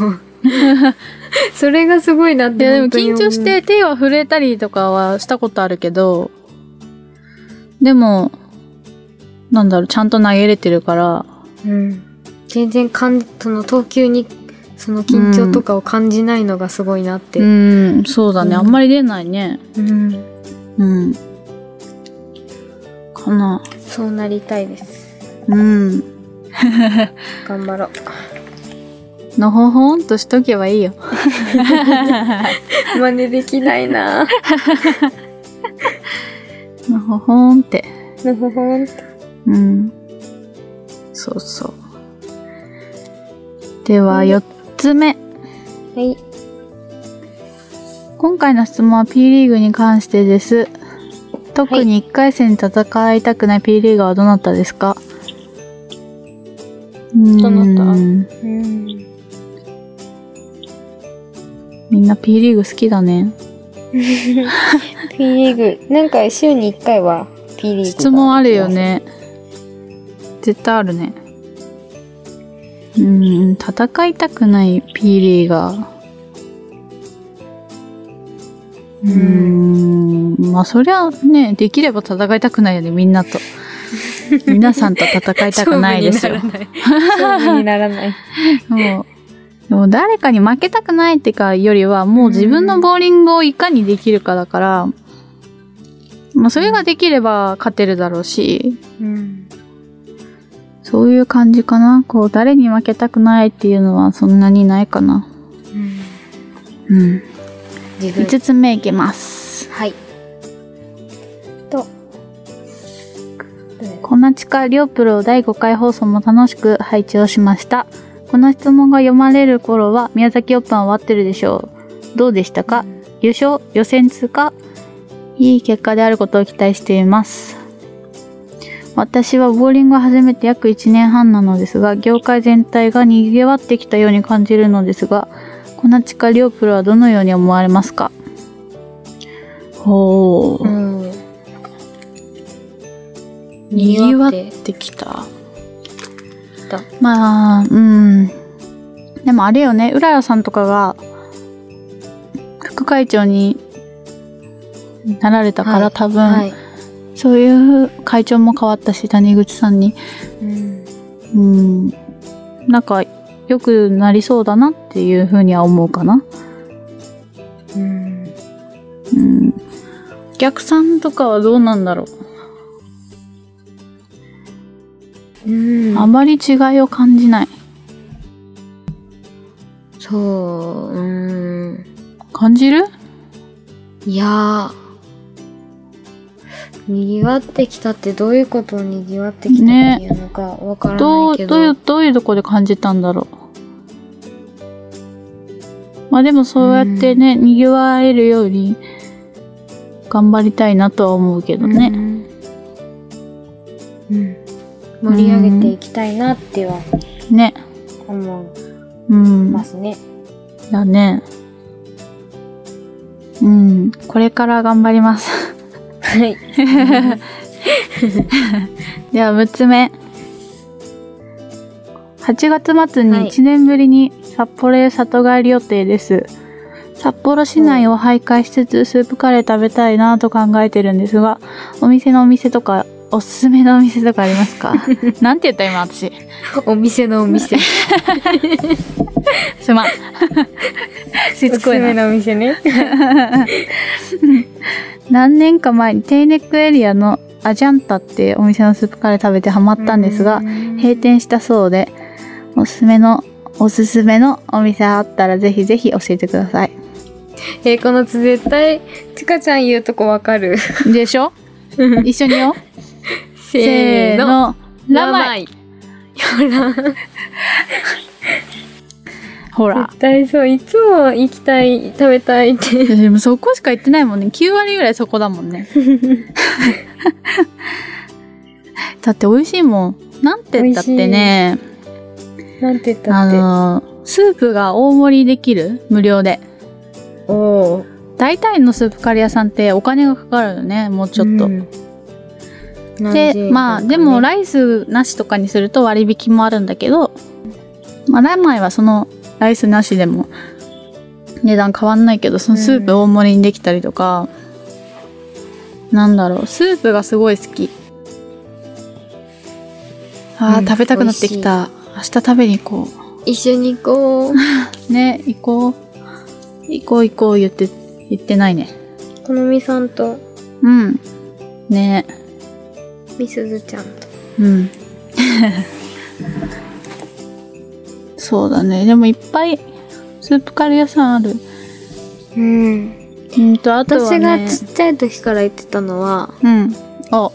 Speaker 1: それがすごいなっ
Speaker 2: い
Speaker 1: て
Speaker 2: やでも
Speaker 1: 本当に
Speaker 2: 緊
Speaker 1: 思う
Speaker 2: 張して手は震えたりとかはしたことあるけど、でも、なんだろう、ちゃんと投げれてるから、
Speaker 1: うん、全然かんその投球にその緊張とかを感じないのがすごいなって、
Speaker 2: うん、そうだね、
Speaker 1: うん
Speaker 2: あんまり出ないね。
Speaker 1: うん
Speaker 2: うん。かな。
Speaker 1: そうなりたいです
Speaker 2: うん。
Speaker 1: 頑張ろう
Speaker 2: のほほんとしとけばいいよ。
Speaker 1: 真似できない な
Speaker 2: のほほんって。
Speaker 1: のほほん
Speaker 2: うん。そうそう。では、4つ目。
Speaker 1: はい。
Speaker 2: 今回の質問は P リーグに関してです。特に1回戦戦いたくない P リーガーはどなたですかど
Speaker 1: な
Speaker 2: た
Speaker 1: うん。
Speaker 2: みんな P リーグ好きだね。
Speaker 1: P リーグ。なんか週に1回は P リーグ。
Speaker 2: 質問あるよ。ね。絶対あるね。うーん、戦いたくない P リーガー。うーん、まあそりゃね、できれば戦いたくないよね、みんなと。皆さんと戦いたくないです よ。
Speaker 1: 勝負にならない。
Speaker 2: もう、でも誰かに負けたくないってかよりは、もう自分のボーリングをいかにできるかだから、まあそれができれば勝てるだろうし、
Speaker 1: うん。
Speaker 2: そういう感じかな。こう、誰に負けたくないっていうのはそんなにないかな。
Speaker 1: うん
Speaker 2: うん。
Speaker 1: 自分。
Speaker 2: 5つ目いきます。
Speaker 1: はい。と。
Speaker 2: こんなちか、りょうプロ第5回放送も楽しく配置をしました。この質問が読まれる頃は、宮崎オープンは終わってるでしょう。どうでしたか優勝予選通過いい結果であることを期待しています私はボーリングを始めて約1年半なのですが業界全体が賑わってきたように感じるのですがこの地下リオプロはどのように思われますかほう
Speaker 1: うん。
Speaker 2: 賑わっ
Speaker 1: 賑
Speaker 2: てきた
Speaker 1: た
Speaker 2: まあうんでもあれよねうららさんとかが副会長になられたから、
Speaker 1: はい
Speaker 2: 多分、
Speaker 1: はい。
Speaker 2: そういう会長も変わったし谷口さんに
Speaker 1: うん。
Speaker 2: うんなんか良くなりそうだなっていうふうには思うかな
Speaker 1: うん。
Speaker 2: うんお客さんとかはどうなんだろう、
Speaker 1: うん
Speaker 2: あまり違いを感じない
Speaker 1: そう、うん。
Speaker 2: 感じる
Speaker 1: いやー。賑わってきたってどういうことを賑わってきたっていうのかわから
Speaker 2: ど、
Speaker 1: ないうけ
Speaker 2: ど
Speaker 1: ど。
Speaker 2: ういう、どういうとこで感じたんだろう。まあでもそうやってね、賑わえるように、頑張りたいなとは思うけど
Speaker 1: う
Speaker 2: ね。
Speaker 1: ん。うん。盛り上げていきたいなっては
Speaker 2: ね。
Speaker 1: 思
Speaker 2: うん。
Speaker 1: いますね。
Speaker 2: だね。うん。これから頑張ります。
Speaker 1: はい。
Speaker 2: では、6つ目。8月末
Speaker 1: はい
Speaker 2: に1年ぶりに札幌へ里帰り予定です。札幌市内を徘徊しつつスープカレー食べたいなと考えてるんですが、お店のお店とか、おすすめのお店とかあります かなんて言った今私。
Speaker 1: お店のお店。
Speaker 2: すまん。 しつこいな。
Speaker 1: のお店ね。
Speaker 2: 何年か前にテイネックエリアのアジャンタってお店のスープカレー食べてハマったんですが、閉店したそうでおすすめのおすすめのお店あったらぜひぜひ教えてください
Speaker 1: えーこのつ絶対ちかちゃん言うとこわかる
Speaker 2: でし ょ一緒によ
Speaker 1: せーの
Speaker 2: ラマイ
Speaker 1: イほら
Speaker 2: ほら
Speaker 1: 絶対そういつも行きたい食べたいって
Speaker 2: でもそこしか行ってないもんね9割ぐらいそこだもん ねだって美味しいもんなんて言ったってね
Speaker 1: なんて言った
Speaker 2: あ
Speaker 1: って
Speaker 2: のースープが大盛りできる無料で
Speaker 1: おお
Speaker 2: 大体のスープカレー屋さんってお金がかかるよねもうちょっと、でまあでもライスなしとかにすると割引もあるんだけど、まあ、ラマイはそのライスなしでも値段変わんないけどそのスープ大盛りにできたりとか、なんだろうスープがすごい好きあー、
Speaker 1: うん
Speaker 2: 食べたくなってきた明日食べに行こ
Speaker 1: 一緒に行こう
Speaker 2: うね行こう行こう行こう言って言ってないね
Speaker 1: このみさんと
Speaker 2: うんね
Speaker 1: みすずちゃんと
Speaker 2: うん。 そうだね。でもいっぱいスープカレー屋さんある。
Speaker 1: うん
Speaker 2: うんと、あとは、
Speaker 1: 私
Speaker 2: ね、
Speaker 1: がちっちゃい時から言ってたのは
Speaker 2: うん。あ、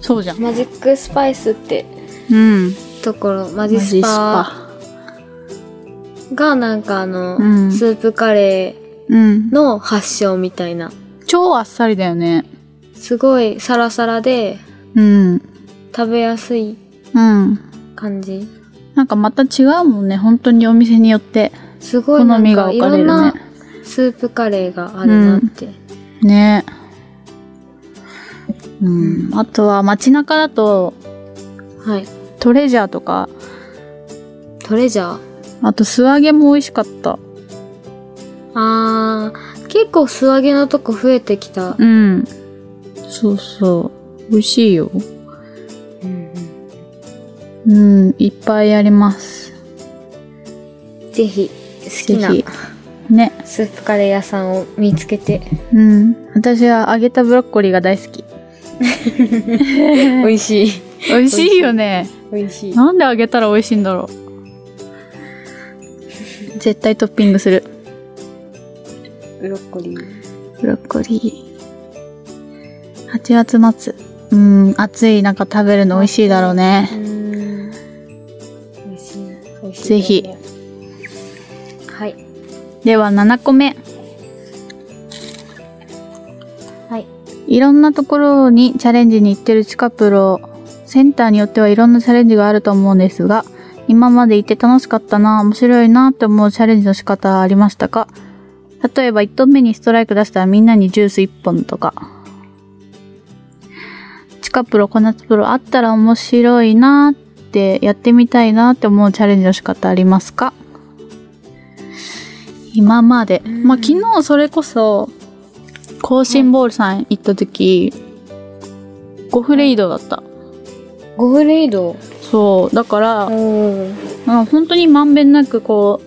Speaker 2: そうじゃん。
Speaker 1: マジックスパイスって
Speaker 2: うん。
Speaker 1: ところ、マジスパがなんかあの、
Speaker 2: うん
Speaker 1: スープカレ
Speaker 2: うん
Speaker 1: ーの発祥みたいな。
Speaker 2: 超あっさりだよね
Speaker 1: すごいサラサラで
Speaker 2: うん
Speaker 1: 食べやすい
Speaker 2: うん
Speaker 1: 感じ。
Speaker 2: なんかまた違うもんね本当にお店によって
Speaker 1: すご
Speaker 2: 好
Speaker 1: いなん
Speaker 2: みが
Speaker 1: かい
Speaker 2: 分か
Speaker 1: ろ
Speaker 2: れ
Speaker 1: ん
Speaker 2: るね
Speaker 1: なスープカレーがあるなって。
Speaker 2: ねうん、あとは街中だと
Speaker 1: はい。
Speaker 2: トレジャーとか
Speaker 1: トレジャー。
Speaker 2: あと素揚げも美味しかった
Speaker 1: あー、結構素揚げのとこ増えてきた。
Speaker 2: うんそうそう美味しいようんいっぱいあります
Speaker 1: ぜひ、好きな
Speaker 2: ぜひね
Speaker 1: スープカレー屋さんを見つけて。
Speaker 2: うん私は揚げたブロッコリーが大好き
Speaker 1: 美味しい。
Speaker 2: 美味しいよね
Speaker 1: 美味しい。
Speaker 2: なんで揚げたら美味しいんだろう絶対トッピングする
Speaker 1: ブロッコリー。
Speaker 2: ブロッコリー。8月末。うん、暑い中食べるの美味しいだろうね。
Speaker 1: ん。美味しい。美味しい。
Speaker 2: ぜひ。
Speaker 1: はい。
Speaker 2: では7個目。
Speaker 1: はい。
Speaker 2: いろんなところにチャレンジに行ってる近プロ。センターによってはいろんなチャレンジがあると思うんですが、今まで行って楽しかったな、面白いなって思うチャレンジの仕方はありましたか例えば1投目にストライク出したらみんなにジュース1本とか。地下プロ、小夏プロあったら面白いなってやってみたいなって思うチャレンジの仕方ありますか今まで。
Speaker 1: うん
Speaker 2: まあ、昨日それこそ、甲信ボールさん行った時、ゴフレイドだった。
Speaker 1: ゴブレイド。
Speaker 2: そう。だから、
Speaker 1: おー。
Speaker 2: まあ、本当にまんべんなくこ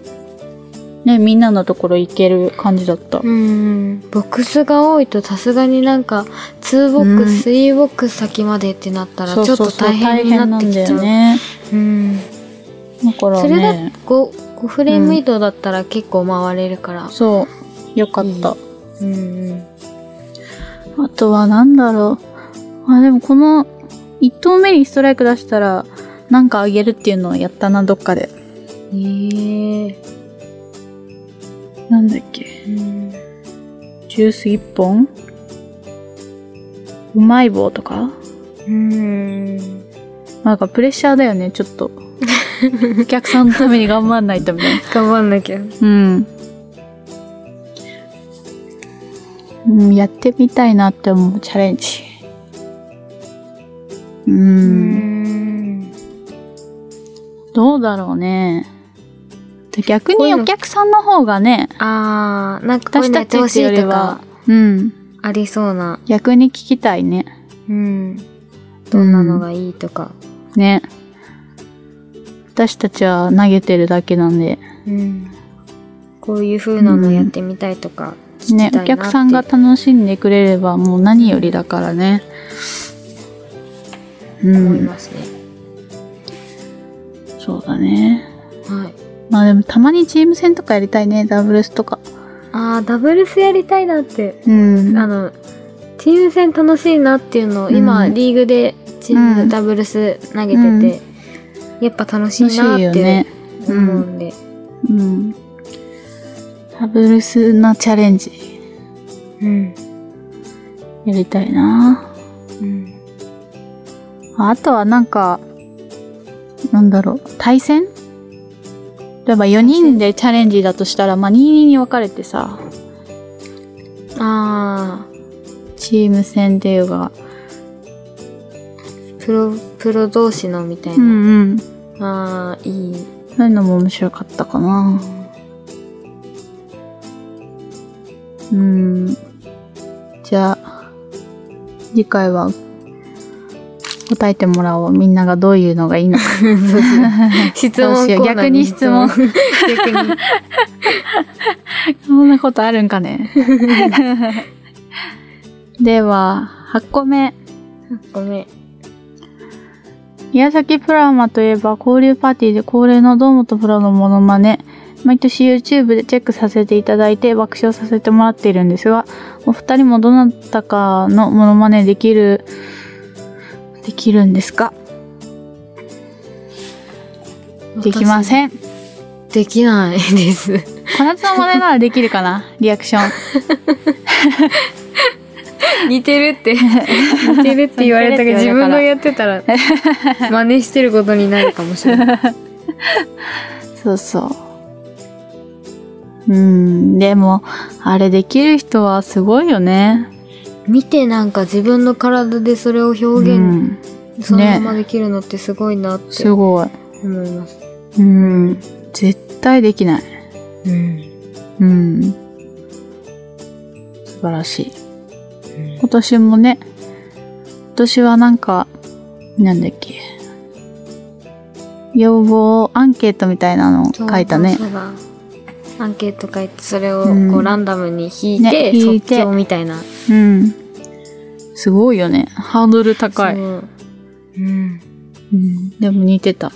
Speaker 2: う、ね、みんなのところ行ける感じだった。
Speaker 1: うん。ボックスが多いとさすがになんか、2ボック
Speaker 2: うん
Speaker 1: ス、3ボックス先までってなったら、ち
Speaker 2: そ
Speaker 1: ょ
Speaker 2: う
Speaker 1: っ
Speaker 2: そう
Speaker 1: と
Speaker 2: そう
Speaker 1: 大変になってきちゃ
Speaker 2: 大変なんだよね。
Speaker 1: う。うん。
Speaker 2: だから
Speaker 1: それだ
Speaker 2: ね、
Speaker 1: 5、5フレーム移動だったら結構回れるから。
Speaker 2: そう、よかった。
Speaker 1: うんうん。
Speaker 2: あとはなんだろう。あ、でもこの、1投目にストライク出したら、なんかあげるっていうのをやったな、どっかで。
Speaker 1: ええ
Speaker 2: なんだっけ。
Speaker 1: うん。
Speaker 2: ジュース1本うまい棒とか
Speaker 1: うん。
Speaker 2: なんかプレッシャーだよね、ちょっ と。お客さんのために頑張んないとみたいな。
Speaker 1: 頑張んなきゃ。
Speaker 2: うん。うん、やってみたいなって思うチャレンジ。う。
Speaker 1: うんん。
Speaker 2: どうだろうね。で逆にお客さんの方がね、
Speaker 1: あー、なんかこう
Speaker 2: 私
Speaker 1: いうの
Speaker 2: た
Speaker 1: やって
Speaker 2: ち
Speaker 1: ほ
Speaker 2: っ
Speaker 1: して
Speaker 2: よ
Speaker 1: い
Speaker 2: り
Speaker 1: とか
Speaker 2: は、うん。
Speaker 1: ありそうな。
Speaker 2: 逆に聞きたいね。
Speaker 1: うん。どんなのがいいとか。
Speaker 2: ね。私たちは投げてるだけなんで、
Speaker 1: うん。こういう風なのやってみたいとか聞きた
Speaker 2: ね
Speaker 1: い、な
Speaker 2: お
Speaker 1: っていう
Speaker 2: 客さんが楽しんでくれればもう何よりだからね。う
Speaker 1: 思い
Speaker 2: ん、
Speaker 1: ますね。
Speaker 2: そうだね。
Speaker 1: はい。
Speaker 2: まあでもたまにチーム戦とかやりたいね、ダブルスとか。
Speaker 1: あー、ダブルスやりたいなって。
Speaker 2: うん。
Speaker 1: あの、チーム戦楽しいなっていうのを、今、
Speaker 2: うん
Speaker 1: リーグでチー
Speaker 2: う
Speaker 1: ム
Speaker 2: ん
Speaker 1: ダブルス投げてて、やっぱ楽しい
Speaker 2: 楽し
Speaker 1: なっ
Speaker 2: いよね
Speaker 1: て。思うんで。
Speaker 2: うん。ダブルスのチャレンジ
Speaker 1: うん。
Speaker 2: やりたいな。
Speaker 1: うん。
Speaker 2: あとはなんか、なんだろう、対戦例えば4人でチャレンジだとしたら、まあ2に分かれてさ、
Speaker 1: あー。
Speaker 2: チーム戦っていうか、
Speaker 1: プロ、プロ同士のみたいうな。
Speaker 2: んうん。
Speaker 1: ああ、いい。
Speaker 2: そういうのも面白かったか な。うん。じゃあ、次回は答えてもらおう。みんながどういうのがいいのか。
Speaker 1: 質
Speaker 2: どう
Speaker 1: 問
Speaker 2: しよう
Speaker 1: コーナー
Speaker 2: 逆に質問
Speaker 1: 質問 逆に。
Speaker 2: そんなことあるんかね。 では、8個目。
Speaker 1: ごめん。
Speaker 2: 宮崎プラマといえば交流パーティーで恒例の堂本プロのモノマネ毎年 YouTube でチェックさせていただいて爆笑させてもらっているんですがお二人もどなたかのモノマネできるできるんですかできません。こ
Speaker 1: できない です。
Speaker 2: なつの真似ならできるかなリアクション。
Speaker 1: 似 てるって似てるって言われたけど
Speaker 2: 似てるって言われたか
Speaker 1: 自
Speaker 2: ら
Speaker 1: 分がやってたら真似してることになるかもしれない。
Speaker 2: そうそう。うん、でも、あれできる人はすごいよね。
Speaker 1: 見てなんか自分の体でそれを表
Speaker 2: う
Speaker 1: 現、
Speaker 2: ん、
Speaker 1: そのままできるのってすごいなって
Speaker 2: すごい。
Speaker 1: 思います。
Speaker 2: うん、絶対できない。
Speaker 1: うん。
Speaker 2: うん。素晴らしい。今年もね、今年はなんか、なんだっけ。要望アンケートみたいなの書いたね
Speaker 1: そ。うだアンケート書いてそれをこう、
Speaker 2: うん
Speaker 1: ランダムに引いて、
Speaker 2: ね引いて
Speaker 1: 即興みたいな。
Speaker 2: うん。すごいよね。ハードル高い。
Speaker 1: そううん。
Speaker 2: うん、でも似てた。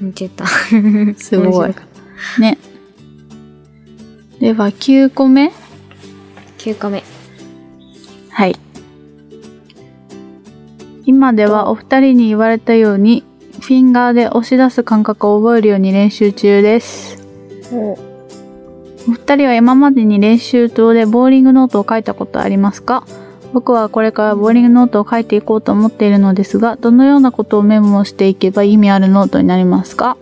Speaker 1: 似てた。
Speaker 2: すごい
Speaker 1: 面白かっ
Speaker 2: ね。では、9個目。
Speaker 1: た。9日目。
Speaker 2: はい。今ではお二人に言われたように、フィンガーで押し出す感覚を覚えるように練習中です。お二人は今までに練習等でボーリングノートを書いたことありますか僕はこれからボーリングノートを書いていこうと思っているのですが、どのようなことをメモしていけば意味あるノートになりますか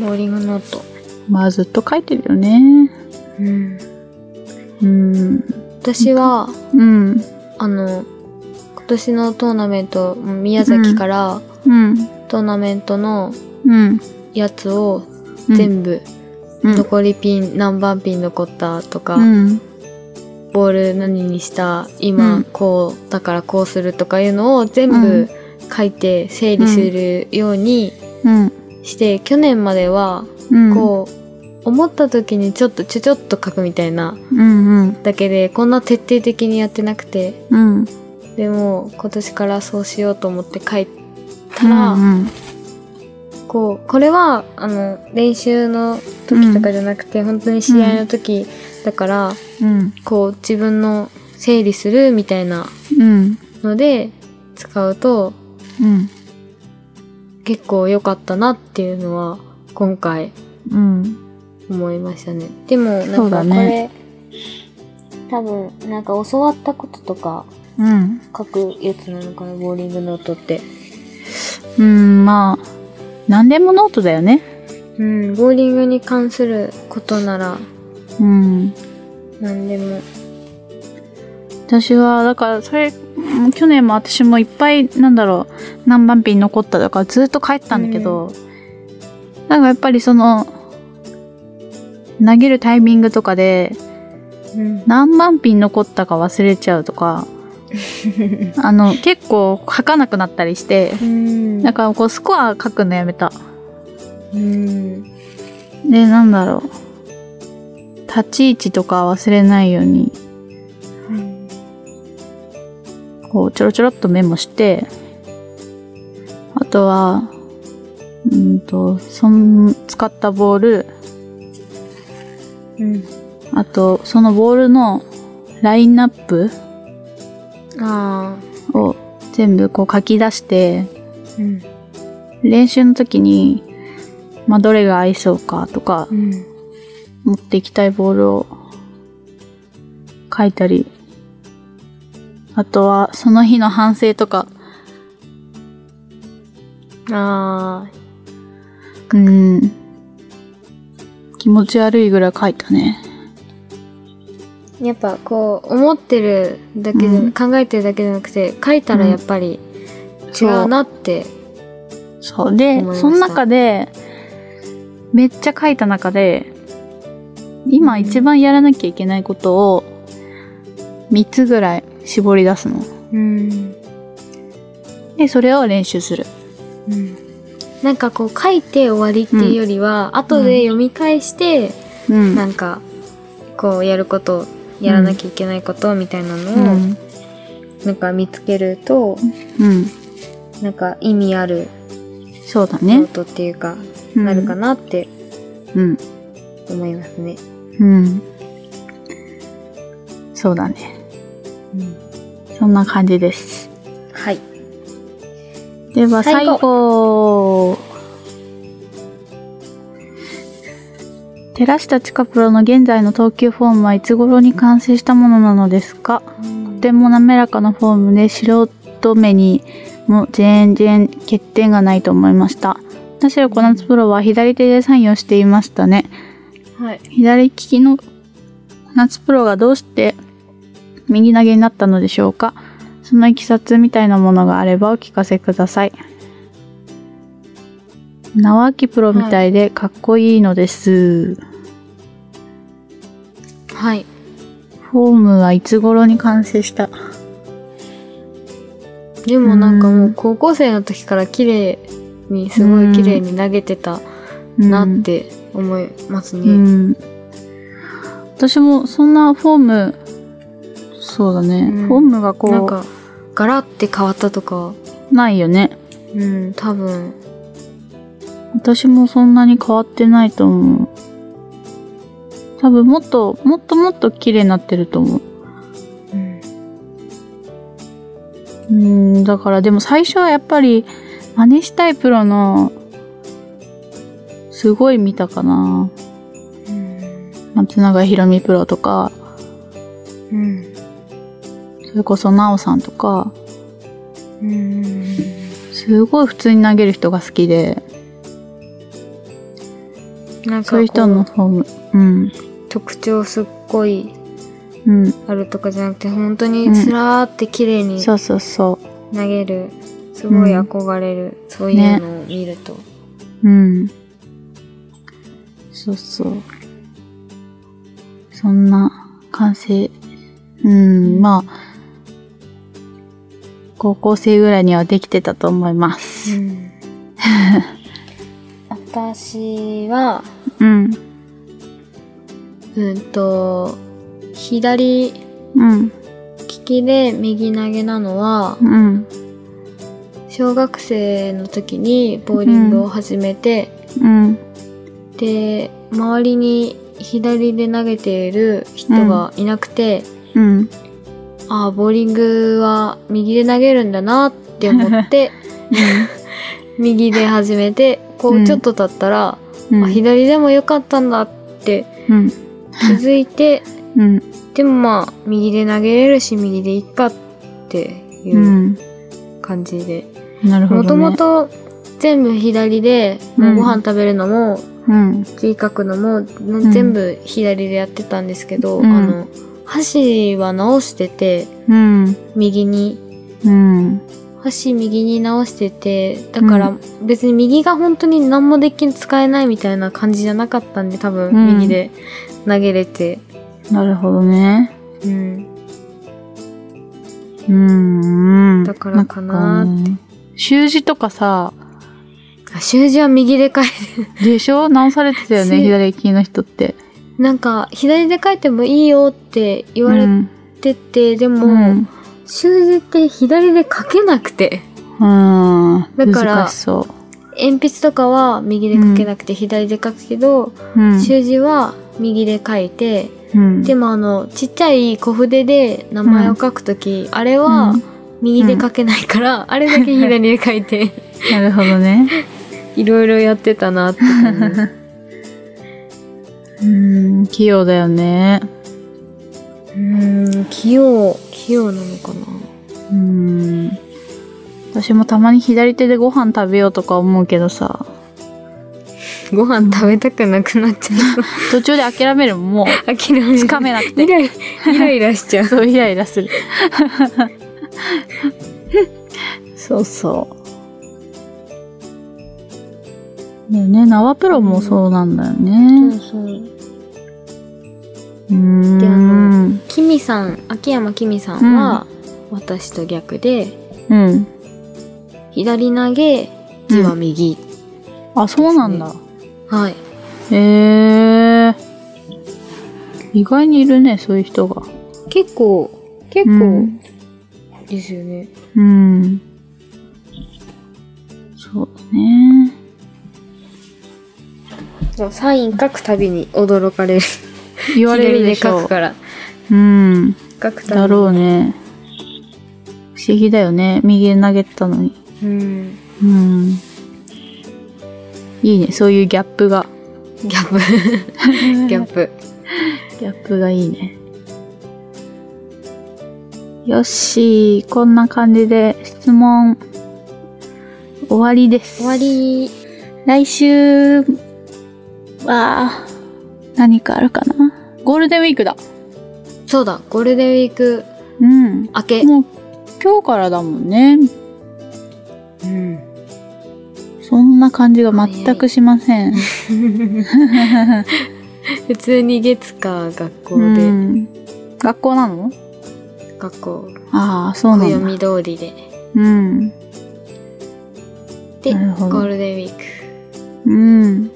Speaker 1: ボーリングノート。
Speaker 2: まあずっと書いてるよね。
Speaker 1: うん。
Speaker 2: うん。
Speaker 1: 私は、
Speaker 2: うん。
Speaker 1: あの、今年のトーナメント、宮崎から
Speaker 2: うん。
Speaker 1: トーナメントの
Speaker 2: うん。
Speaker 1: やつを
Speaker 2: うん
Speaker 1: 全部、
Speaker 2: うん
Speaker 1: 残りピン、何番ピン残ったとか、
Speaker 2: うん。
Speaker 1: ボール何にした、
Speaker 2: う
Speaker 1: 今
Speaker 2: ん
Speaker 1: こう、だからこうするとかいうのを全
Speaker 2: う
Speaker 1: 部
Speaker 2: ん
Speaker 1: 書いて整理するように
Speaker 2: うん。
Speaker 1: して、去年までは、
Speaker 2: うん。
Speaker 1: こう、思った時にちょっとちょちょっと書くみたいな
Speaker 2: うん。うん。
Speaker 1: だけで、こんな徹底的にやってなくて、
Speaker 2: うん。
Speaker 1: でも今年からそうしようと思って書いたら、
Speaker 2: うん
Speaker 1: こうこれはあの練習の時とかじゃなくて、本当に試合の時だから、
Speaker 2: うん
Speaker 1: こう自分の整理するみたいな
Speaker 2: うん
Speaker 1: ので使うと
Speaker 2: うん
Speaker 1: 結構良かったなっていうのは今回
Speaker 2: うん
Speaker 1: 思いましたね。でもな
Speaker 2: そ
Speaker 1: ん
Speaker 2: う
Speaker 1: か
Speaker 2: だ
Speaker 1: これ、
Speaker 2: ね
Speaker 1: 多分なんか教わったこととか
Speaker 2: うん
Speaker 1: 書くやつなのかなボーリングノートって。
Speaker 2: うんまあ何でもノートだよね
Speaker 1: うん、ボーリングに関することなら
Speaker 2: うん
Speaker 1: 何でも。
Speaker 2: 私はだからそれうん去年も私もいっぱいなんだろう何番ピン残ったとかずっと帰ったんだけど、なんかやっぱりその投げるタイミングとかで
Speaker 1: うん。
Speaker 2: 何万ピン残ったか忘れちゃうとかあの結構書かなくなったりして
Speaker 1: うん
Speaker 2: だからこうスコア書くのやめた
Speaker 1: うん。
Speaker 2: で、なんだろう。立ち位置とか忘れないように、こう、ちょろちょろっとメモして、あとは、うんと、その、使ったボール、
Speaker 1: うん。
Speaker 2: あと、そのボールのラインナップ
Speaker 1: ああ。
Speaker 2: を全部こう書き出して、
Speaker 1: うん。
Speaker 2: 練習の時に、まあ、どれが合いそうかとか、
Speaker 1: うん。
Speaker 2: 持っていきたいボールを書いたり、あとはその日の反省とか、
Speaker 1: ああ。
Speaker 2: うん、気持ち悪いぐらい書いたね。
Speaker 1: やっぱこう、思ってるだけじゃ、
Speaker 2: うん
Speaker 1: 考えてるだけじゃなくて、書いたらやっぱり違うなって。
Speaker 2: そう。で
Speaker 1: 思いま、した
Speaker 2: その中で、めっちゃ書いた中で、今一番やらなきゃいけないことを、3つぐらい絞り出すの。
Speaker 1: うん。
Speaker 2: で、それを練習する。
Speaker 1: うん。なんかこう、書いて終わりっていうよりは、後で読み返して、
Speaker 2: うん。
Speaker 1: なんか、こう、やること、やらなきゃいけないことみたいな
Speaker 2: う
Speaker 1: のを、
Speaker 2: ん。
Speaker 1: なんか見つけると、
Speaker 2: うん。
Speaker 1: なんか意味ある
Speaker 2: そうだ
Speaker 1: ノー
Speaker 2: ね。
Speaker 1: トっていうか、
Speaker 2: うん
Speaker 1: なるかなって
Speaker 2: うん。
Speaker 1: 思いますね。
Speaker 2: うん。そうだね。そんな感じです。
Speaker 1: はい。
Speaker 2: では
Speaker 1: 最
Speaker 2: 最
Speaker 1: 後
Speaker 2: 後。寺下千佳プロの現在の投球フォームはいつ頃に完成したものなのですかとても滑らかなフォームで素人目にも全然欠点がないと思いました。田代小夏プロは左手でサインをしていましたね。
Speaker 1: はい。
Speaker 2: 左利きの夏プロがどうして右投げになったのでしょうかそのいきさつみたいなものがあればお聞かせください。縄木プロみたいでかっこいいのです。
Speaker 1: はい。
Speaker 2: フォームはいつ頃に完成した
Speaker 1: でもなんかもう高校生の時から綺麗に、すごい綺麗に投げてたなっ。て思います
Speaker 2: う
Speaker 1: ね。
Speaker 2: ん。私もそんなフォーム、そうだね。
Speaker 1: うん
Speaker 2: フォームがこう、
Speaker 1: なんか、ガラって変わったとか、
Speaker 2: ないよね。
Speaker 1: うん、多分、
Speaker 2: 私もそんなに変わってないと思う。多分もっと、もっともっと綺麗になってると思う。う
Speaker 1: うん、
Speaker 2: ん、だからでも最初はやっぱり真似したいプロの、すごい見たかな。
Speaker 1: うん
Speaker 2: 松永ひろみプロとか、
Speaker 1: うん、
Speaker 2: それこそなおさんとか、
Speaker 1: うん、
Speaker 2: すごい普通に投げる人が好きで、
Speaker 1: なんか
Speaker 2: そう
Speaker 1: こ
Speaker 2: いう人の
Speaker 1: う
Speaker 2: フォーム、うん、
Speaker 1: 特徴すっごい
Speaker 2: うん、
Speaker 1: あるとかじゃなくて本当にスラーって綺麗に
Speaker 2: そ
Speaker 1: 投
Speaker 2: うそうそ
Speaker 1: げる、すごい憧れる、そういうのを見ると、
Speaker 2: う、うん。そうそう。そんな完成、うん、まあ、高校生ぐらいにはできてたと思います。
Speaker 1: 私は
Speaker 2: うん、
Speaker 1: うんと左利
Speaker 2: うん、
Speaker 1: きで右投げなのは
Speaker 2: うん、
Speaker 1: 小学生の時にボーリングを始めて、
Speaker 2: うん、
Speaker 1: で周りに左で投げている人がいなくて、
Speaker 2: うん、
Speaker 1: ああボーリングは右で投げるんだなって思って 右で始めてこ
Speaker 2: う
Speaker 1: うんちょっと経ったら、
Speaker 2: うん、
Speaker 1: あ左でもよかったんだって
Speaker 2: うん、
Speaker 1: 気づいて
Speaker 2: うん、、
Speaker 1: でもまあ右で投げれるし右でいっかっていううん感じで
Speaker 2: なるほ
Speaker 1: も
Speaker 2: ど、
Speaker 1: と
Speaker 2: ね。
Speaker 1: も、と全部左で、
Speaker 2: うん
Speaker 1: ご飯食べるのも
Speaker 2: うん、
Speaker 1: 字書くのも、
Speaker 2: ん
Speaker 1: 全部左でやってたんですけど、
Speaker 2: うん
Speaker 1: あの箸は直してて
Speaker 2: うん、
Speaker 1: 右に
Speaker 2: うん、
Speaker 1: 箸右に直しててだから別に右が本当に何もできん使えないみたいな感じじゃなかったんで多
Speaker 2: うん
Speaker 1: 分右で投げれて、
Speaker 2: なるほどね。
Speaker 1: うん、
Speaker 2: うん。
Speaker 1: だからかなーって
Speaker 2: んかね習字とかさ、
Speaker 1: あ習字は右で書いて
Speaker 2: でしょ直されてたよね、
Speaker 1: し
Speaker 2: 左利きの人って。
Speaker 1: なんか左で書いてもいいよって言われてて、でも、
Speaker 2: うん。
Speaker 1: 習字って左で書けなくて
Speaker 2: うん。
Speaker 1: だから
Speaker 2: 難しそ
Speaker 1: 鉛筆とかは右で書けなくて左で書くけど、
Speaker 2: う。うん。
Speaker 1: 習字は右で書いて、
Speaker 2: うん、
Speaker 1: でもあのちっちゃい小筆で名前を書くとき、あれは
Speaker 2: うん
Speaker 1: 右で書けないから、あれだけ左で書いて
Speaker 2: なるほどね。
Speaker 1: いろいろやってたなって思う
Speaker 2: うん、器用だよね。
Speaker 1: うーん器用器用なのかな
Speaker 2: うん。私もたまに左手でご飯食べようとか思うけどさ、
Speaker 1: ご飯食べたくなくなっちゃう
Speaker 2: 途中で諦めるもん、もう。
Speaker 1: 諦め
Speaker 2: つかめなく
Speaker 1: イ
Speaker 2: て。
Speaker 1: ライイライラしちゃう
Speaker 2: そう、イライラする。 そうそう。だよね、縄プロもそうなんだよ
Speaker 1: そう
Speaker 2: ね。
Speaker 1: そう
Speaker 2: うーん。
Speaker 1: であ
Speaker 2: う
Speaker 1: の
Speaker 2: ん。
Speaker 1: キミさん秋山キミさんは、私と逆で
Speaker 2: うん。
Speaker 1: 左投げ字は右、
Speaker 2: あ、そうなんだ。
Speaker 1: はい
Speaker 2: へえー。意外にいるね、そういう人が。
Speaker 1: 結構結
Speaker 2: う
Speaker 1: 構
Speaker 2: ん
Speaker 1: ですよね、
Speaker 2: うん。そうだね。
Speaker 1: そうサイン書くたびに驚かれる
Speaker 2: 言われるでし
Speaker 1: 左で書
Speaker 2: ょ
Speaker 1: くから
Speaker 2: う。うん。
Speaker 1: 書くたび
Speaker 2: だろうね。不思議だよね。右へ投げてたのに。
Speaker 1: うん
Speaker 2: うん。いいね、そういうギャップが。
Speaker 1: ギャ ップギャップ
Speaker 2: ギャップがいいね。よし、こんな感じで質問終わりです。
Speaker 1: 終わ。り
Speaker 2: 来週は何かあるかなゴールデンウィークだ。
Speaker 1: そうだゴールデンウィーク
Speaker 2: うん。
Speaker 1: 明け
Speaker 2: もう今日からだもんね。
Speaker 1: うん
Speaker 2: そんな感じが全くしません。
Speaker 1: 普通に月か学校
Speaker 2: う
Speaker 1: で
Speaker 2: ん学校なの
Speaker 1: 学校
Speaker 2: ああ、そうなんだ。
Speaker 1: 暦通りで
Speaker 2: うん。
Speaker 1: でゴ
Speaker 2: なるほど
Speaker 1: ールデンウィーク
Speaker 2: うん。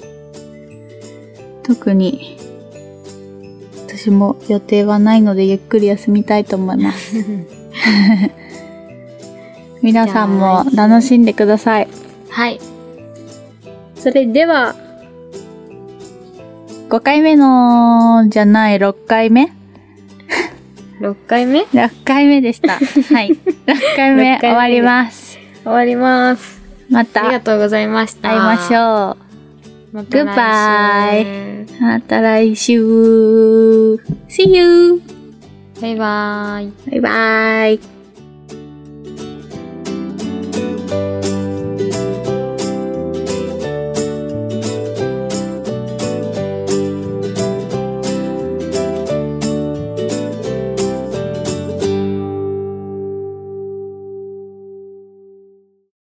Speaker 2: 特に、私も予定はないのでゆっくり休みたいと思います。 皆さんも楽しんでください。
Speaker 1: はい
Speaker 2: それでは、5回目の、じゃない、6回目
Speaker 1: 6回目
Speaker 2: ?6 回目で した。はい。6回目
Speaker 1: 六回目
Speaker 2: 終わります。
Speaker 1: 終わります
Speaker 2: ま
Speaker 1: あり
Speaker 2: た
Speaker 1: がとうございました
Speaker 2: 会いましょう。
Speaker 1: また来週
Speaker 2: また来週 !See you!
Speaker 1: バイバーイ
Speaker 2: バイバイ